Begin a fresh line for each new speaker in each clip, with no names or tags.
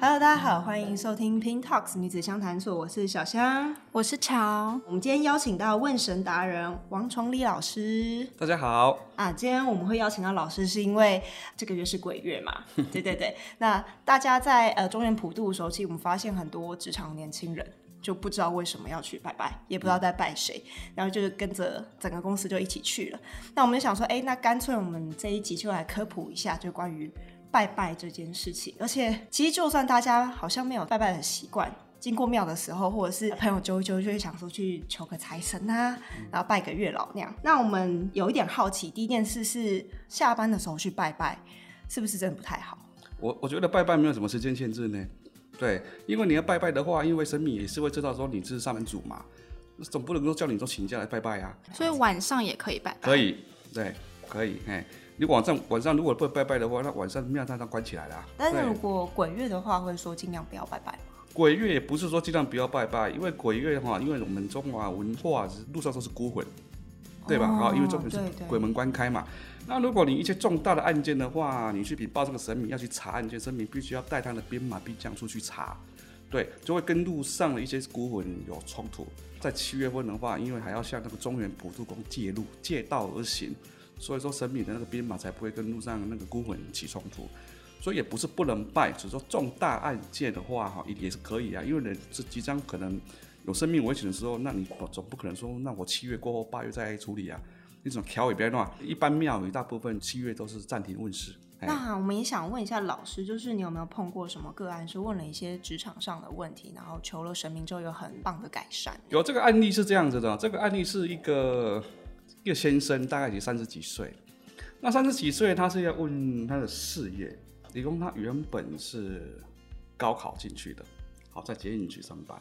Hello，大家好，欢迎收听 Pin Talks 女子相谈所，我是小香。
我是乔，
我们今天邀请到问神达人王崇礼老师
大家好，
啊，今天我们会邀请到老师，是因为这个月是鬼月嘛？对对对。那大家在呃中原普渡的时候，其实我们发现很多职场年轻人就不知道为什么要去拜拜，也不知道在拜谁，然后就是跟着整个公司就一起去了。那我们就想说，哎，那干脆我们这一集就来科普一下，就关于拜拜这件事情。而且，其实就算大家好像没有拜拜的习惯。经过庙的时候，或者
嗯
是朋友揪一揪，就会想说去求个财神啊，然后拜个月老那样。那我们有一点好奇，第一件事是下班的时候去拜拜，是不是真的不太好？
我我觉得拜拜没有什么时间限制呢，对，因为你要拜拜的话，因为神明也是会知道说你是上班族嘛，总不能够叫你说请假来拜拜啊，
所以晚上也可以拜拜。
可以，对，可以，哎，你晚上晚上如果不拜拜的话，那晚上庙它它关起来了啊、
但是
对
如果鬼月的话，会说尽量不要拜拜吗。
鬼月也不是说尽量不要拜拜，因为鬼月哈，因为我们中华文化是路上都是孤魂，对吧？
哦
好、因为中国是
对对
鬼门关开嘛。那如果你一些重大的案件的话，你去禀报这个神明要去查案件，神明必须要带他的兵马必将出去查，对，就会跟路上的一些孤魂有冲突。在七月份的话，因为还要向那个中原普渡宫借路，借道而行，所以说神明的那个兵马才不会跟路上那个孤魂起冲突。所以也不是不能拜，只是说重大案件的话，哈，也也是可以啊，因为人是即将可能有生命危险的时候，那你总不可能说，那我七月过后八月再处理啊，那种调也别乱。一般庙宇大部分七月都是暂停问世，哎
那我们也想问一下老师，就是你有没有碰过什么个案是问了一些职场上的问题，然后求了神明之后有很棒的改善？
有这个案例是这样子的，这个案例是一个一个先生，大概也三十几岁。那三十几岁，他是要问他的事业。理工他原本是高考进去的，好在捷运局上班。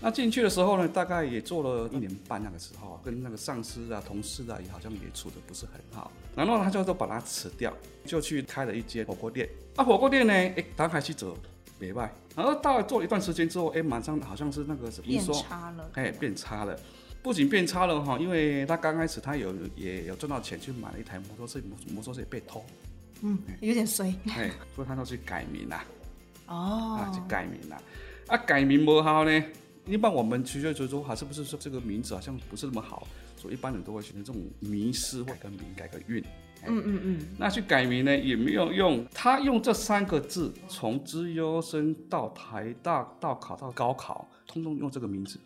那进去的时候呢，大概也做了一年半，那个时候跟那个上司啊、同事啊，也好像也处的不是很好。然后他就都把他辞掉，就去开了一间火锅店。啊，火锅店呢，哎、他还去走北外。然后到了做一段时间之后，哎、马上好像是那个什么
变
说
差了，
哎，变差了。不仅变差了哈，因为他刚开始他有也有赚到钱去买了一台摩托车，摩摩托车也被偷，
嗯，有点衰
哎，所以他要去改名啦、啊，
哦。
去改名啦、啊。改名不好呢，一般我们其实就说，还啊是不是说这个名字好像不是那么好，所以一般人都会选择这种迷失或改个名改个运。
嗯嗯嗯，
那去改名呢也没有用，他用这三个字，从资优生到台大到考到高考，通通用这个名字，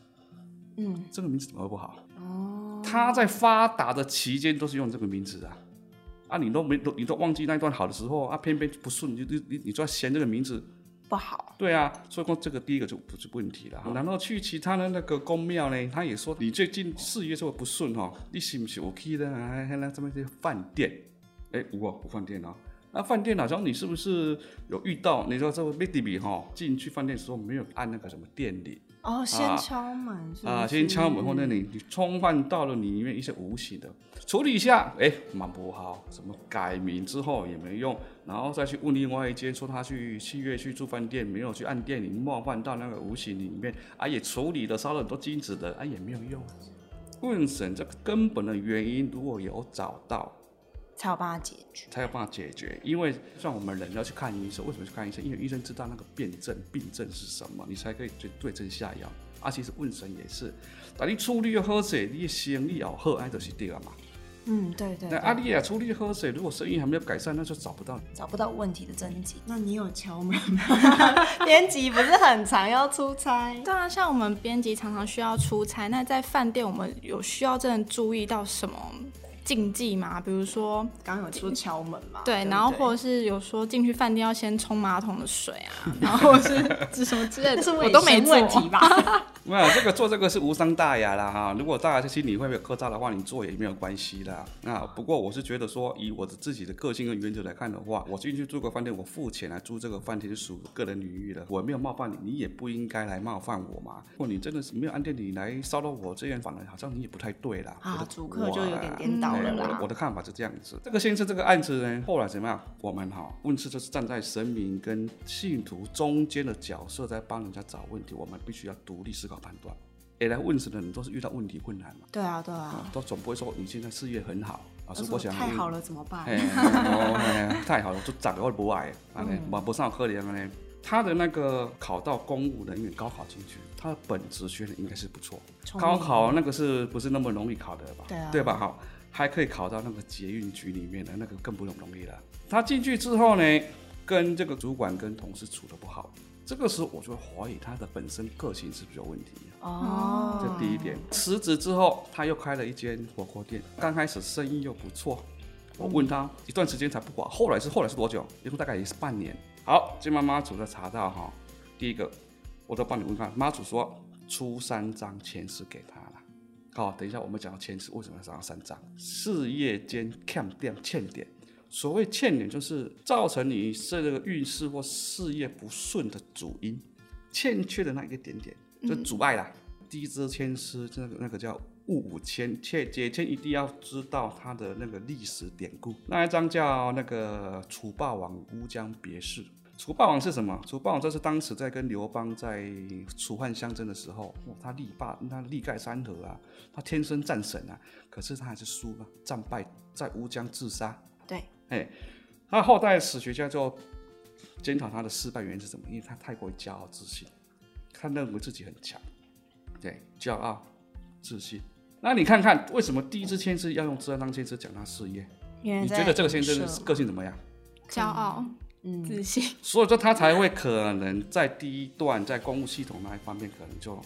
嗯，
这个名字怎么会不好？
哦，
他在发达的期间都是用这个名字啊，啊，你都没都你都忘记那一段好的时候啊，偏偏不顺，你就你你就要嫌这个名字，
不好，
对啊，所以说这个第一个就不是问题了哈。然后去其他的那个宫庙呢，他也说你最近事业做得不顺哦，你是不是有去的啊？那这么些饭店，哎，有哦，有饭店哦。那饭店好像你是不是有遇到？你说这个 m i d i 哈，进去饭店的时候没有按那个什么电铃，
啊
哦，先敲门是不
啊，
是
先敲门后呢，你你冲犯到了你里面一些无形的，处理一下，哎，蛮不好，什么改名之后也没用，然后再去问另外一间说他去七月去住饭店，没有去按店里冒犯到那个无形里面，啊也处理了，烧了很多金子的，啊也没有用。问神这个根本的原因，如果有找到，
才有办法解决。
才有办法解决。因为像我们人要去看医生，为什么去看医生？因为医生知道那个辨证病症是什么，你才可以对对症下药。啊，其实问神也是，但你处理好水，你的生意好好，那就是对了嘛。
嗯，对对
那阿丽啊，处理好水，如果生意还没有改善，那就找不到
找不到问题的症结。那你有敲门吗？ 编辑不是很常要出差？
对啊，像我们编辑常常需要出差，那在饭店我们有需要真的注意到什么禁忌吗？比如说，
刚刚有说敲门嘛？
对，
不
然后或者是有说进去饭店要先冲马桶的水啊，然后是 指什么之类
这是
的，
卫
我都没
生
做
问题 吧？
没有这个做这个是无伤大雅啦哈。如果大家在心里会不会有疙瘩的话，你做也没有关系啦。那不过我是觉得说，以我的自己的个性跟原则来看的话，我进去住个饭店，我付钱来住这个饭店是属于个人领域的，我没有冒犯你，你也不应该来冒犯我
嗯
嘛。如果你真的是没有按店里来骚扰我，这样反而好像你也不太对啦。我
啊
的，
主客就有点颠倒
对
了
我的
啦
我。的看法是这样子，这个先生这个案子呢，后来怎么样？我们哈、问世就是站在神明跟信徒中间的角色，在帮人家找问题，我们必须要独立思考判断。也来问世的人都是遇到问题困难嘛，
对啊，对啊
啊，，都总不会说你现在事业很好，老师我想
太好了，怎么办？
嗯哎，哦哎太好了，就长得我不爱，安尼嘛不上可怜安尼。他的那个考到公务人员高考进去，他的本职学历应该是不错。
聪明
高考那个是不是那么容易考的吧？
对啊
吧？好，还可以考到那个捷运局里面的那个更不容易了。他进去之后呢，跟这个主管跟同事处的不好，这个时候我就怀疑他的本身个性是不是有问题、啊
哦，
这第一点，辞职之后，他又开了一间火锅店，刚开始生意又不错。我问他一段时间才不管，后来是后来是多久？一共大概也是半年。好，金妈妈组的查到哈，第一个我都帮你问看，妈祖说出三张前世给他了。好，等一下我们讲到前世为什么要讲到三张？事业间欠点欠点，所谓欠点就是造成你这个运势或事业不顺的主因，欠缺的那一个点点就阻碍啦。第一支签诗，那个那个叫戊午签，切解签一定要知道它的那个历史典故。那一张叫那个楚霸王乌江别室。楚霸王是什么？楚霸王这是当时在跟刘邦在楚汉相争的时候，哇，他力霸，他力盖山河啊，他天生战神啊，可是他还是输了，战败在乌江自杀。
对，
哎，那后代史学家就检讨他的失败原因是什么？因为他太过于骄傲自信，他认为自己很强，对，骄傲自信。那你看看为什么第一支签诗要用这张签诗讲他事业？
因为
你
在
觉得这个先生
影
的
射
个性怎么样？
骄傲、
嗯
自信，
所以说他才会可能在第一段在公务系统那一方面可能就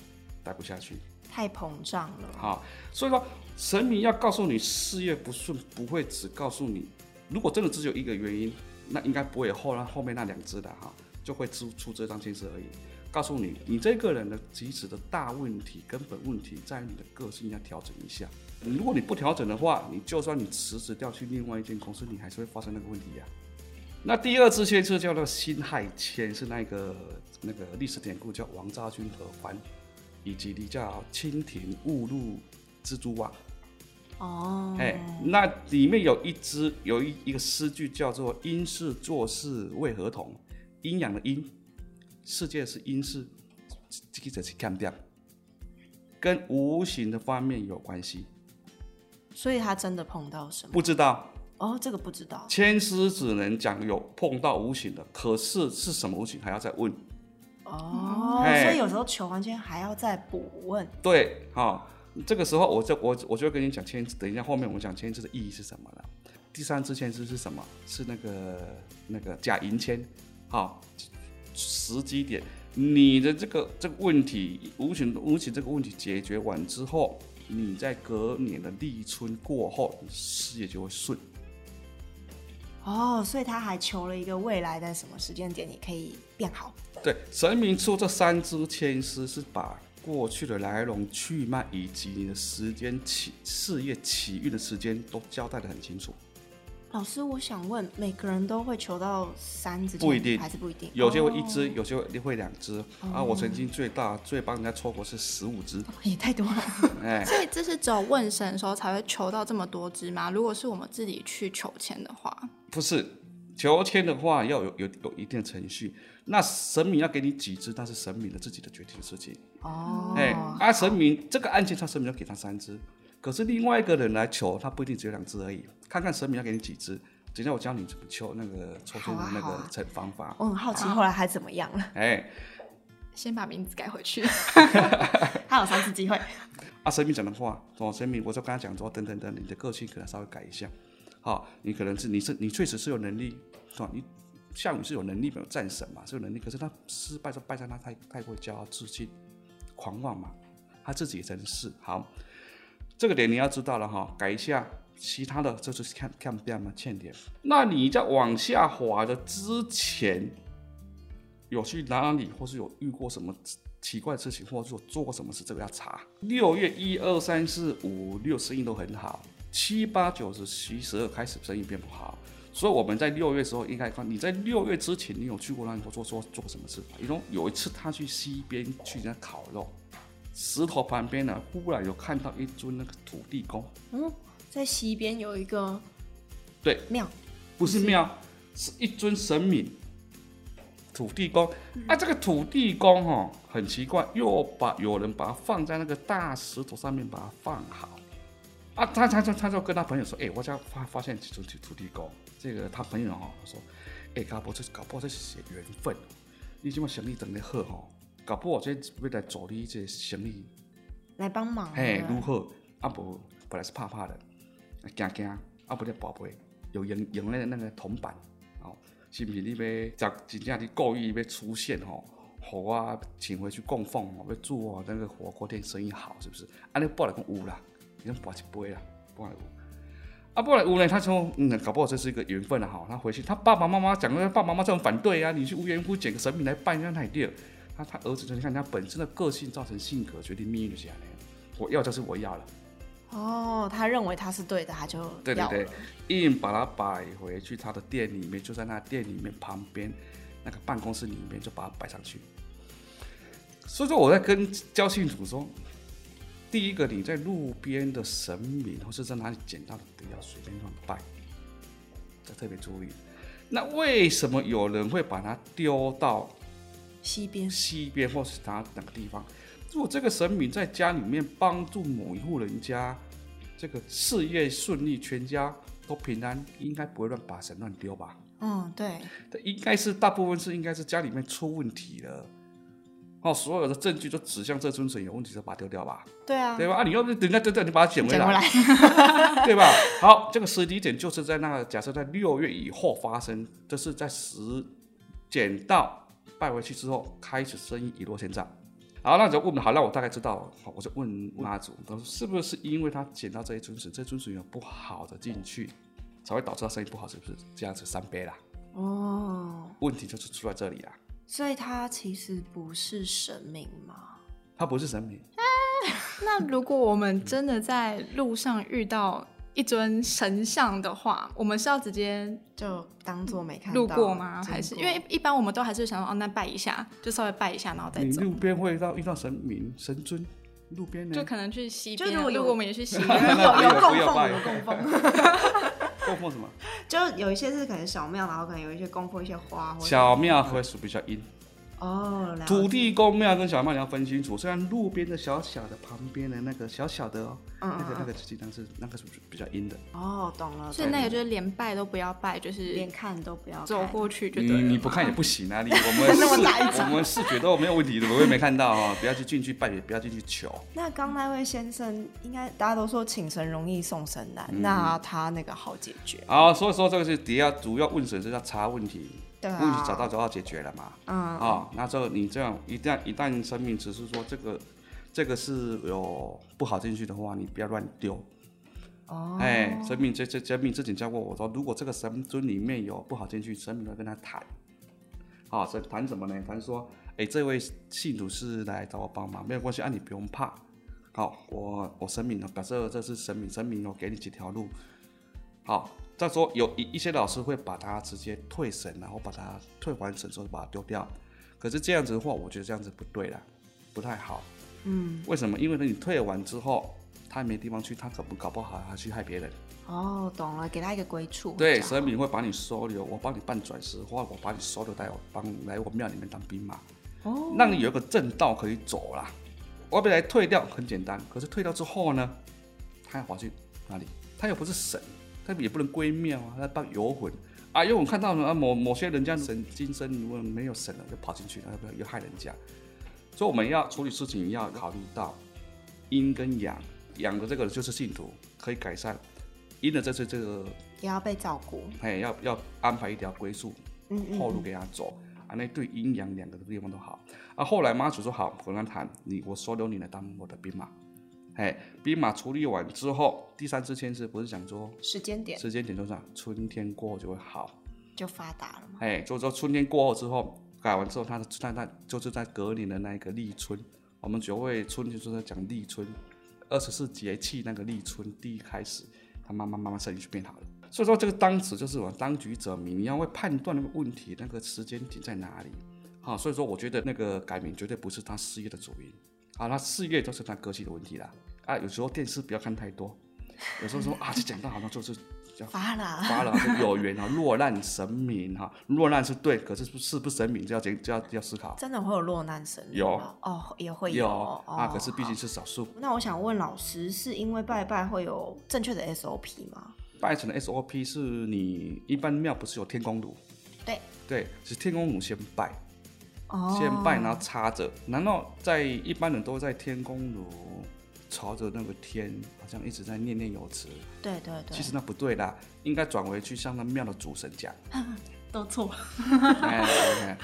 待不下去。
太膨胀了，
好，所以说神明要告诉你事业不顺，不会只告诉你，如果真的只有一个原因，那应该不会有后后面那两只的哈，就会出出这张签纸而已。告诉你，你这个人的即使的大问题、根本问题在于你的个性要调整一下。如果你不调整的话，你就算你辞职调去另外一间公司，你还是会发生那个问题呀、那第二支签是叫做辛亥签，是那个那个历史典故叫王昭君和番，以及你叫蜻蜓误入蜘蛛网。
哦，
哎、那里面有一支有一一个诗句叫做“因事做事为何同”，阴阳的阴，世界是因事，这个者是看掉，跟无形的方面有关系，
所以他真的碰到什么？
不知道。
哦，这个不知道，
千师只能讲有碰到无形的，可是是什么无形还要再问。
哦，
哎
所以有时候求完签还要再补问，
对，好、这个时候我就我我就跟你讲签字，等一下后面我们讲签字的意义是什么了。第三支签字是什么？是那个那个假银签，好、时机点，你的这个这个问题无形无形这个问题解决完之后，你在隔年的立春过后，你事业就会顺。
哦，所以他还求了一个未来在什么时间点你可以变好，
对，神明出这三支签诗是把过去的来龙去脉以及你的时间起事业起运的时间都交代的很清楚。
老师，我想问，每个人都会求到三支签，
不一定
还是不一定？哦
有些会一只，有些会两只。啊，我曾经最大最帮人家抽过是十五只，
哦也太多了。
哎，
所以这是只有问神的时候才会求到这么多只吗？如果是我们自己去求签的话，
不是求签的话要有有有一定的程序。那神明要给你几只，那是神明的自己的决定的事情。
哦，
哎，啊，神明这个案件，他神明要给他三只，可是另外一个人来求，他不一定只有两只而已。看看神明要给你几只，等一下我教你怎么求那个抽签的那
好啊好
个
啊
成方法。
我很好奇后来还怎么样 了？
哎，
先把名字改回 去。
还有三次机会，
啊，神明讲的话，哦，神明，我就跟他讲说，等等等，你的个性可能稍微改一下，好、你可能是你是你确实是有能力，是吧？你项羽是有能力，没有战神嘛，是有能力，可是他失败就败在他太太过骄傲、自信、狂妄嘛，他自己也真是好。这个点你要知道了哈，改一下。其他的这就是看看不嘛欠点。那你在往下滑的之前，有去哪里，或是有遇过什么奇怪的事情，或者说做过什么事，这个要查。六月一二三四五六生意都很好，七八九十十一十二开始生意变不好，所以我们在六月的时候应该看你在六月之前，你有去过那里做做做什么事？其中有一次他去西边去人家烤肉，石头旁边呢，忽然有看到一尊那个土地公，
嗯，在西边有一个
对
庙，
不是庙，是一尊神明，土地公。啊，这个土地公哦，很奇怪，又把有人把它放在那个大石头上面，把它放好。啊，他他就他就跟他朋友说，哎、我家发发现几尊土土地公。这个他朋友哦说，哎、搞不好这搞不好这是缘分。你即马生意当得好吼，搞不好这要来助你这生意，
来帮忙。
嘿
对，不对
如何？啊无本来是怕怕的，啊惊惊，啊不咧宝贝，有用用那个那个铜板，哦，是毋是你要真真正你故意要出现吼？互我请回去供奉哦，要祝我那个火锅店生意好，是不是？啊，你报来讲有啦，你讲博一杯啦，报来有。啊，不然无呢？他说，嗯，搞不好这是一个缘分了、啊、哈。他回去，他爸爸妈妈讲，爸爸妈妈这种反对啊，你去无缘无故捡个神明来拜，让他也对。他他儿子就你看他本身的个性造成性格决定命运的起来了。我要就是我要了，
哦，他认为他是对的，他就
对对
要
对
了，
硬把他摆回去他的店里面，就在那店里面旁边那个办公室里面就把它摆上去。所以说我在跟交信主说，第一个你在路边的神明或是在哪里捡到的，不要随便乱拜，这特别注意。那为什么有人会把它丢到
西边
西边或是哪哪个地方。如果这个神明在家里面帮助某一户人家，这个事业顺利，全家都平安，应该不会乱把神乱丢吧？
嗯，对，
这应该是大部分是应该是家里面出问题了，哦，所有的证据都指向这尊神有问题，就把它丢掉吧，
对啊，
对吧？啊，你要不人家丢掉，你把它捡回
捡回
来，
来，
对吧？好，这个时机点就是在那个假设在六月以后发生，这是在十捡到拜回去之后开始生意一落千丈。好，那你就问好，那我大概知道了。好，我就问妈祖，他说是不是因为他捡到这一尊神，这尊神有不好的进去，才会导致他生意不好，是不是这样子三杯啦？
哦，
问题就是出在这里啦。啊
所以他其实不是神明嘛，
他不是神明，
那如果我们真的在路上遇到一尊神像的话，我们是要直接
就当做没看到
路过吗？
经
还是
过
因为一般我们都还是想说哦，那拜一下，就稍微拜一下，然后再
你
走。
路边会遇到遇到神明神尊，路边呢
就可能去西边啊，
就如果有
我们也去西
有
边，啊
有
不
供
要
奉
拜
有供 奉，
供奉什么？
就有一些是可能小庙，然后可能有一些供奉一些花或者
小庙会属比较阴，
哦，了解
土地公庙跟小庙你要分清楚，虽然路边的小小的旁边的那个小小的哦，
嗯
那个那
嗯
个实际上是那个是比较阴的。
哦，懂了，
所以那个就是连拜都不要拜，就
懂了连
是
看都不要
走
看
过去就
你
对了
你不看也不行啊！你我 们视
那么大一张
我们视觉都没有问题的，我也没看到哦。不要去进去拜，也不要进去求。
那刚那位先生，应该大家都说请神容易送神难，
嗯
那他那个好解决，
好，哦所以说这个是底下主要问神是要查问题，
啊对啊，
问题找到，找到解决了嘛。
嗯，
啊、那这个你这样一旦一旦生命只是说这个这个是有不好进去的话，你不要乱丢。
哦，
哎，神明这这神明之前教过我说，如果这个神尊里面有不好进去，神明会跟他谈。好、神谈什么呢？谈说，哎，这位信徒是来找我帮忙，没有关系啊，你不用怕。好、我我神明呢，表示这是神明，神明我哦给你几条路。好，再说有一一些老师会把它直接退神，然后把它退还神之后把它丢掉。可是这样子的话，我觉得这样子不对啦，不太好。
嗯，
为什么？因为呢，你退完之后，他没地方去，他可不搞不好还去害别人。
哦，懂了，给他一个归处，这
对，
样
神明会把你收留，我帮你办转世，或我把你收留来我帮来我庙里面当兵马，
哦，
让你有一个正道可以走啦。我本来退掉很简单，可是退掉之后呢，他要跑去哪里？他又不是神，他也不能归庙啊，他当游魂啊。因为我看到呢啊，某某些人家神今生如果没有神了，就跑进去了，要又害人家。所以我们要处理事情要考虑到阴跟阳，阳的这个就是信徒可以改善，阴的这是这个
也要被照顾，
哎，要要安排一条归宿
嗯嗯，
后路给他走，啊，那对阴阳两个地方都好。啊，后来妈祖说好，我跟他谈，你我收留你来当我的兵马。哎，兵马处理完之后，第三次签字不是讲说
时间点
时间点就上春天过后就会好，
就发达了嘛，
哎，就是说春天过后之后改完之后，他的他他就是在隔年的那一个立春，我们九位春就是在讲立春，二十四节气那个立春第一开始，他慢慢慢慢生意就变好了。所以说这个当时就是我当局者迷，你要会判断那个问题那个时间点在哪里。好、所以说我觉得那个改名绝对不是他事业的主因，啊，他事业就是他个性的问题啦。啊，有时候电视不要看太多，有时候说啊，这讲到好像就是
发了，
发了是有缘啊，落难神明哈、落难是对，可是不是不神明就要检就要就要思考，
真的会有落难神明
有
吗哦，也会哦
啊，可是毕
好
竟是少数，
那我想问老师，是因为拜拜会有正确的 SOP 吗？
拜神的 SOP 是你一般庙不是有天公炉，
对，
对，是天公炉先拜，
哦，
先拜，然后插着，然后在一般人都在天宫炉朝着那个天，好像一直在念念有词。
对对对，
其实那不对啦，应该转回去向那庙的主神讲。
都错，
哎哎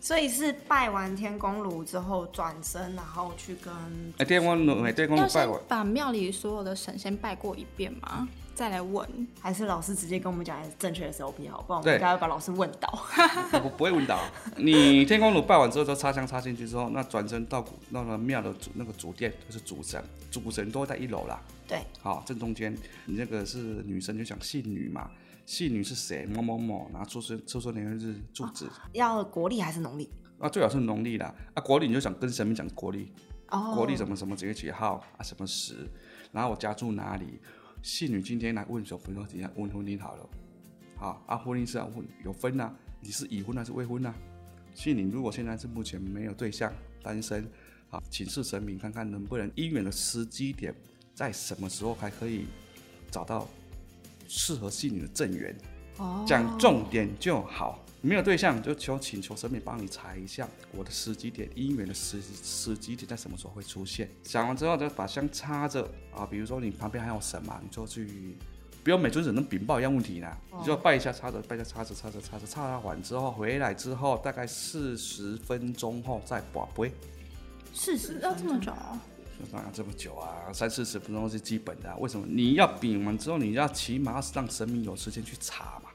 所以是拜完天公炉之后转身，然后去跟
哎，天公炉，哎，天公炉
要
拜
先
完。
把庙里所有的神先拜过一遍嘛，再来问。
还是老师直接跟我们讲正确的 SOP 好，不然我们
对
应该会把老师问倒。
不不会晕倒。你天公炉拜完之后，就插香插进去之后，那转身到古那个庙的主那个主殿，就是主神，主神都在一楼啦。
对，
好，正中间，你那个是女生就讲姓女嘛，姓女是谁？某某某，然后出生出生年月日住址，
要国历还是农历？
啊，最好是农历啦。啊，国历你就想跟神明讲国历，
哦，
国历什么什么几月几号啊，什么时，然后我家住哪里？信女今天来问小朋友，等一下问婚姻好了，好啊，婚姻是要问有分呐、你是已婚还是未婚呐、啊信女如果现在是目前没有对象，单身，啊，请示神明看看能不能姻缘的时机点，在什么时候还可以找到适合信女的正缘。
哦
讲重点就好。没有对象就求请求神明帮你查一下我的时机点，姻缘的时时机点在什么时候会出现。讲完之后再把香插着啊，比如说你旁边还有神嘛，你就去，不用每尊神都禀报一样问题啦，你就拜一下插着，拜一下插着，插着插着，插完之后回来之后大概四十分钟后再把杯。
事实
要这么久哦、
当然这么久啊，三四十分钟是基本的、啊。为什么？你要禀完之后，你要起码让神明有时间去查嘛。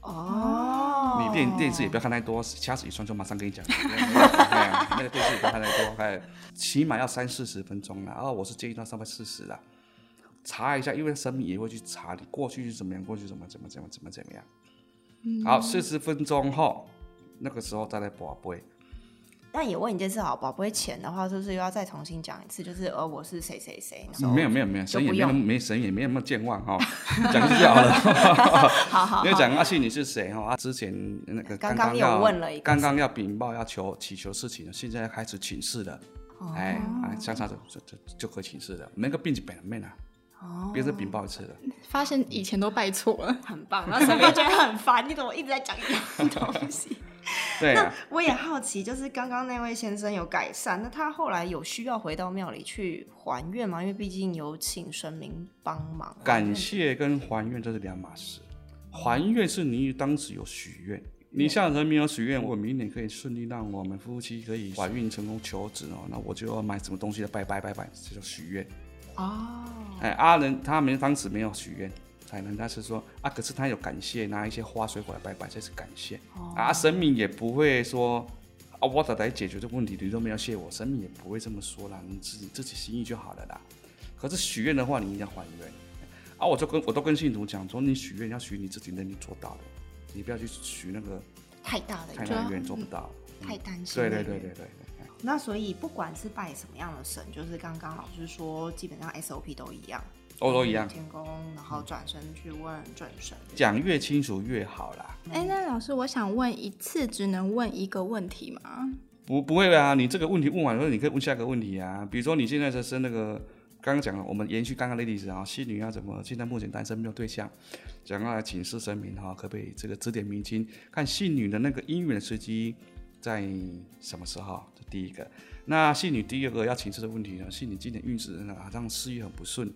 哦，
你电电视也不要看太多，掐指一算就马上跟 你讲。哎那个电视也不要看太多，哎，起码要三四十分钟啦。哦，我是建议到三百四十啦。查一下，因为神明也会去查你过去是怎么样，过去怎么怎么怎么怎么怎么样。
嗯
好，四十分钟后，那个时候再来拔杯。
但也问一件事好，宝贝钱的话，是不是又要再重新讲一次？就是呃，我是谁谁谁？然后
没有没有没有，神也没
就
那
不
么没神也没那么健忘 哈、讲就好了。
好好
因为
好，
讲阿信你是谁哈、啊，之前那个
刚
刚
刚
要
有问了一个
刚刚要禀报要求祈求事情了，现在要开始请示了。
哦
哎哎，相差就就就就可以请示了，没个病就本面了，别再禀报一次了。
发现以前都拜错了，
很棒。然后神明觉得很烦，你怎么一直在讲一样的东西？
对啊，
我也好奇，就是刚刚那位先生有改善，那他后来有需要回到庙里去还愿吗？因为毕竟有请神明帮忙。
感谢跟还愿这是两码事，还愿是你当时有许愿。你向人民有许愿，我明年可以顺利让我们夫妻可以怀孕成功求子哦，那我就要买什么东西来拜拜拜拜，这叫许愿。
哦，
哎，阿仁他们当时没有许愿，彩能他是说啊，可是他有感谢，拿一些花水果来拜拜，这是感谢、
哦
啊。神明也不会说啊，我咋来解决这个问题，你都没有谢我，神明也不会这么说啦，你自己自己心意就好了啦。可是许愿的话，你一定要还愿啊！我就跟我都跟信徒讲说，你许愿要许你自己能力做到的，你不要去许那个
太大了，
太
就
难愿做不到。
太担心
对
了。
对对对对对。
那所以不管是拜什么样的神，就是刚刚老师说，基本上 SOP 都一样，
欧都一样，
天宫，然后转身去问准神。
讲越清楚越好啦。
哎、那老师，我想问一次只能问一个问题吗？
不不会啊，你这个问题问完之后，你可以问下一个问题啊。比如说你现在的是那个刚刚讲了，我们延续刚刚的例子啊，戏女要怎么？现在目前单身没有对象，想要来请示神明哈、可不可以这个指点迷津，看戏女的那个姻缘时机在什么时候？这第一个。那戏女第二个要请示的问题呢，戏女今年运势呢好像事业很不顺，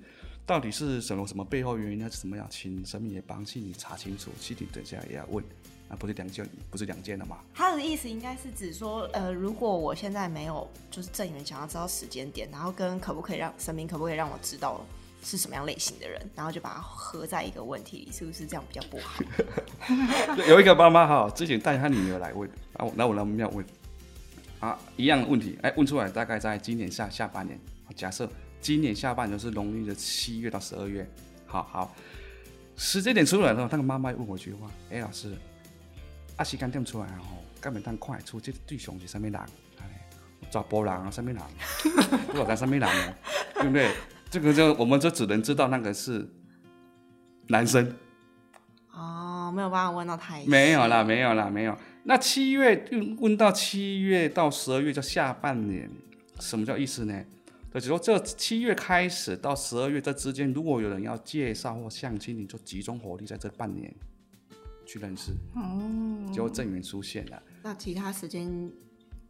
到底是什么什么背后原因还是怎么样？请神明也帮戏女查清楚，戏女等一下也要问。啊，不是两件，不是两件了嘛？
他的意思应该是指说，呃，如果我现在没有就是正缘，想要知道时间点，然后跟可不可以让神明可不可以让我知道是什么样类型的人，然后就把它合在一个问题里，是不是这样比较不好？
有一个妈妈哈，之前带她女儿来问，啊，我来我来庙问，啊，一样的问题，哎，问出来大概在今年下下半年，假设今年下半年就是农历的七月到十二月，好好，时间点出来了，那个妈妈又问我一句话，哎，老师，啊，时啊间点出来了吼，干咪当看得出这对象是啥物人？哎查甫人啊，啥物人？不知道啥物人啊，对不对？这个就我们就只能知道那个是男生。
哦，没有办法问到太细
没有啦，没有啦，没有。那七月问问到七月到十二月叫下半年，什么叫意思呢？就是说这七月开始到十二月这之间，如果有人要介绍或相亲，你就集中火力在这半年去认识，
哦，
哦
结果正缘出现了。
那其他时间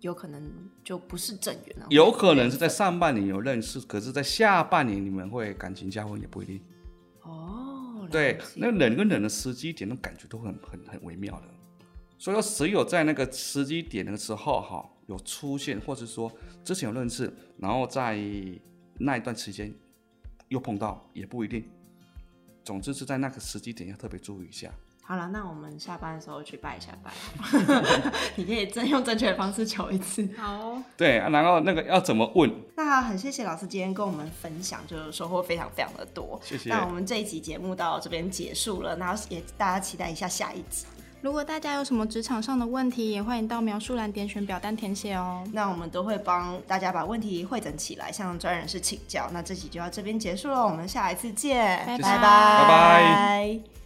有可能就不是正缘了。
有可能是在上半年有认识，可是在下半年你们会感情加温也不一定。
哦，了
对
解，
那人跟人的时机点，那感觉都很很很微妙的。所以说，只有在那个时机点的时候，哈，有出现，或者说之前有认识，然后在那一段时间又碰到，也不一定。总之是在那个时机点要特别注意一下。
好了，那我们下班的时候去拜一下拜，啊 你可以真用正确的方式求一次。
好，哦
对，啊然后那个要怎么问？
那很谢谢老师今天跟我们分享，就是收获非常非常的多。
谢谢
那我们这一集节目到这边结束了，那也大家期待一下下一集。
如果大家有什么职场上的问题，也欢迎到描述栏点选表单填写哦。
那我们都会帮大家把问题汇整起来，向专业人士请教。那这集就到这边结束了，我们下一次见，
拜拜
拜
拜
拜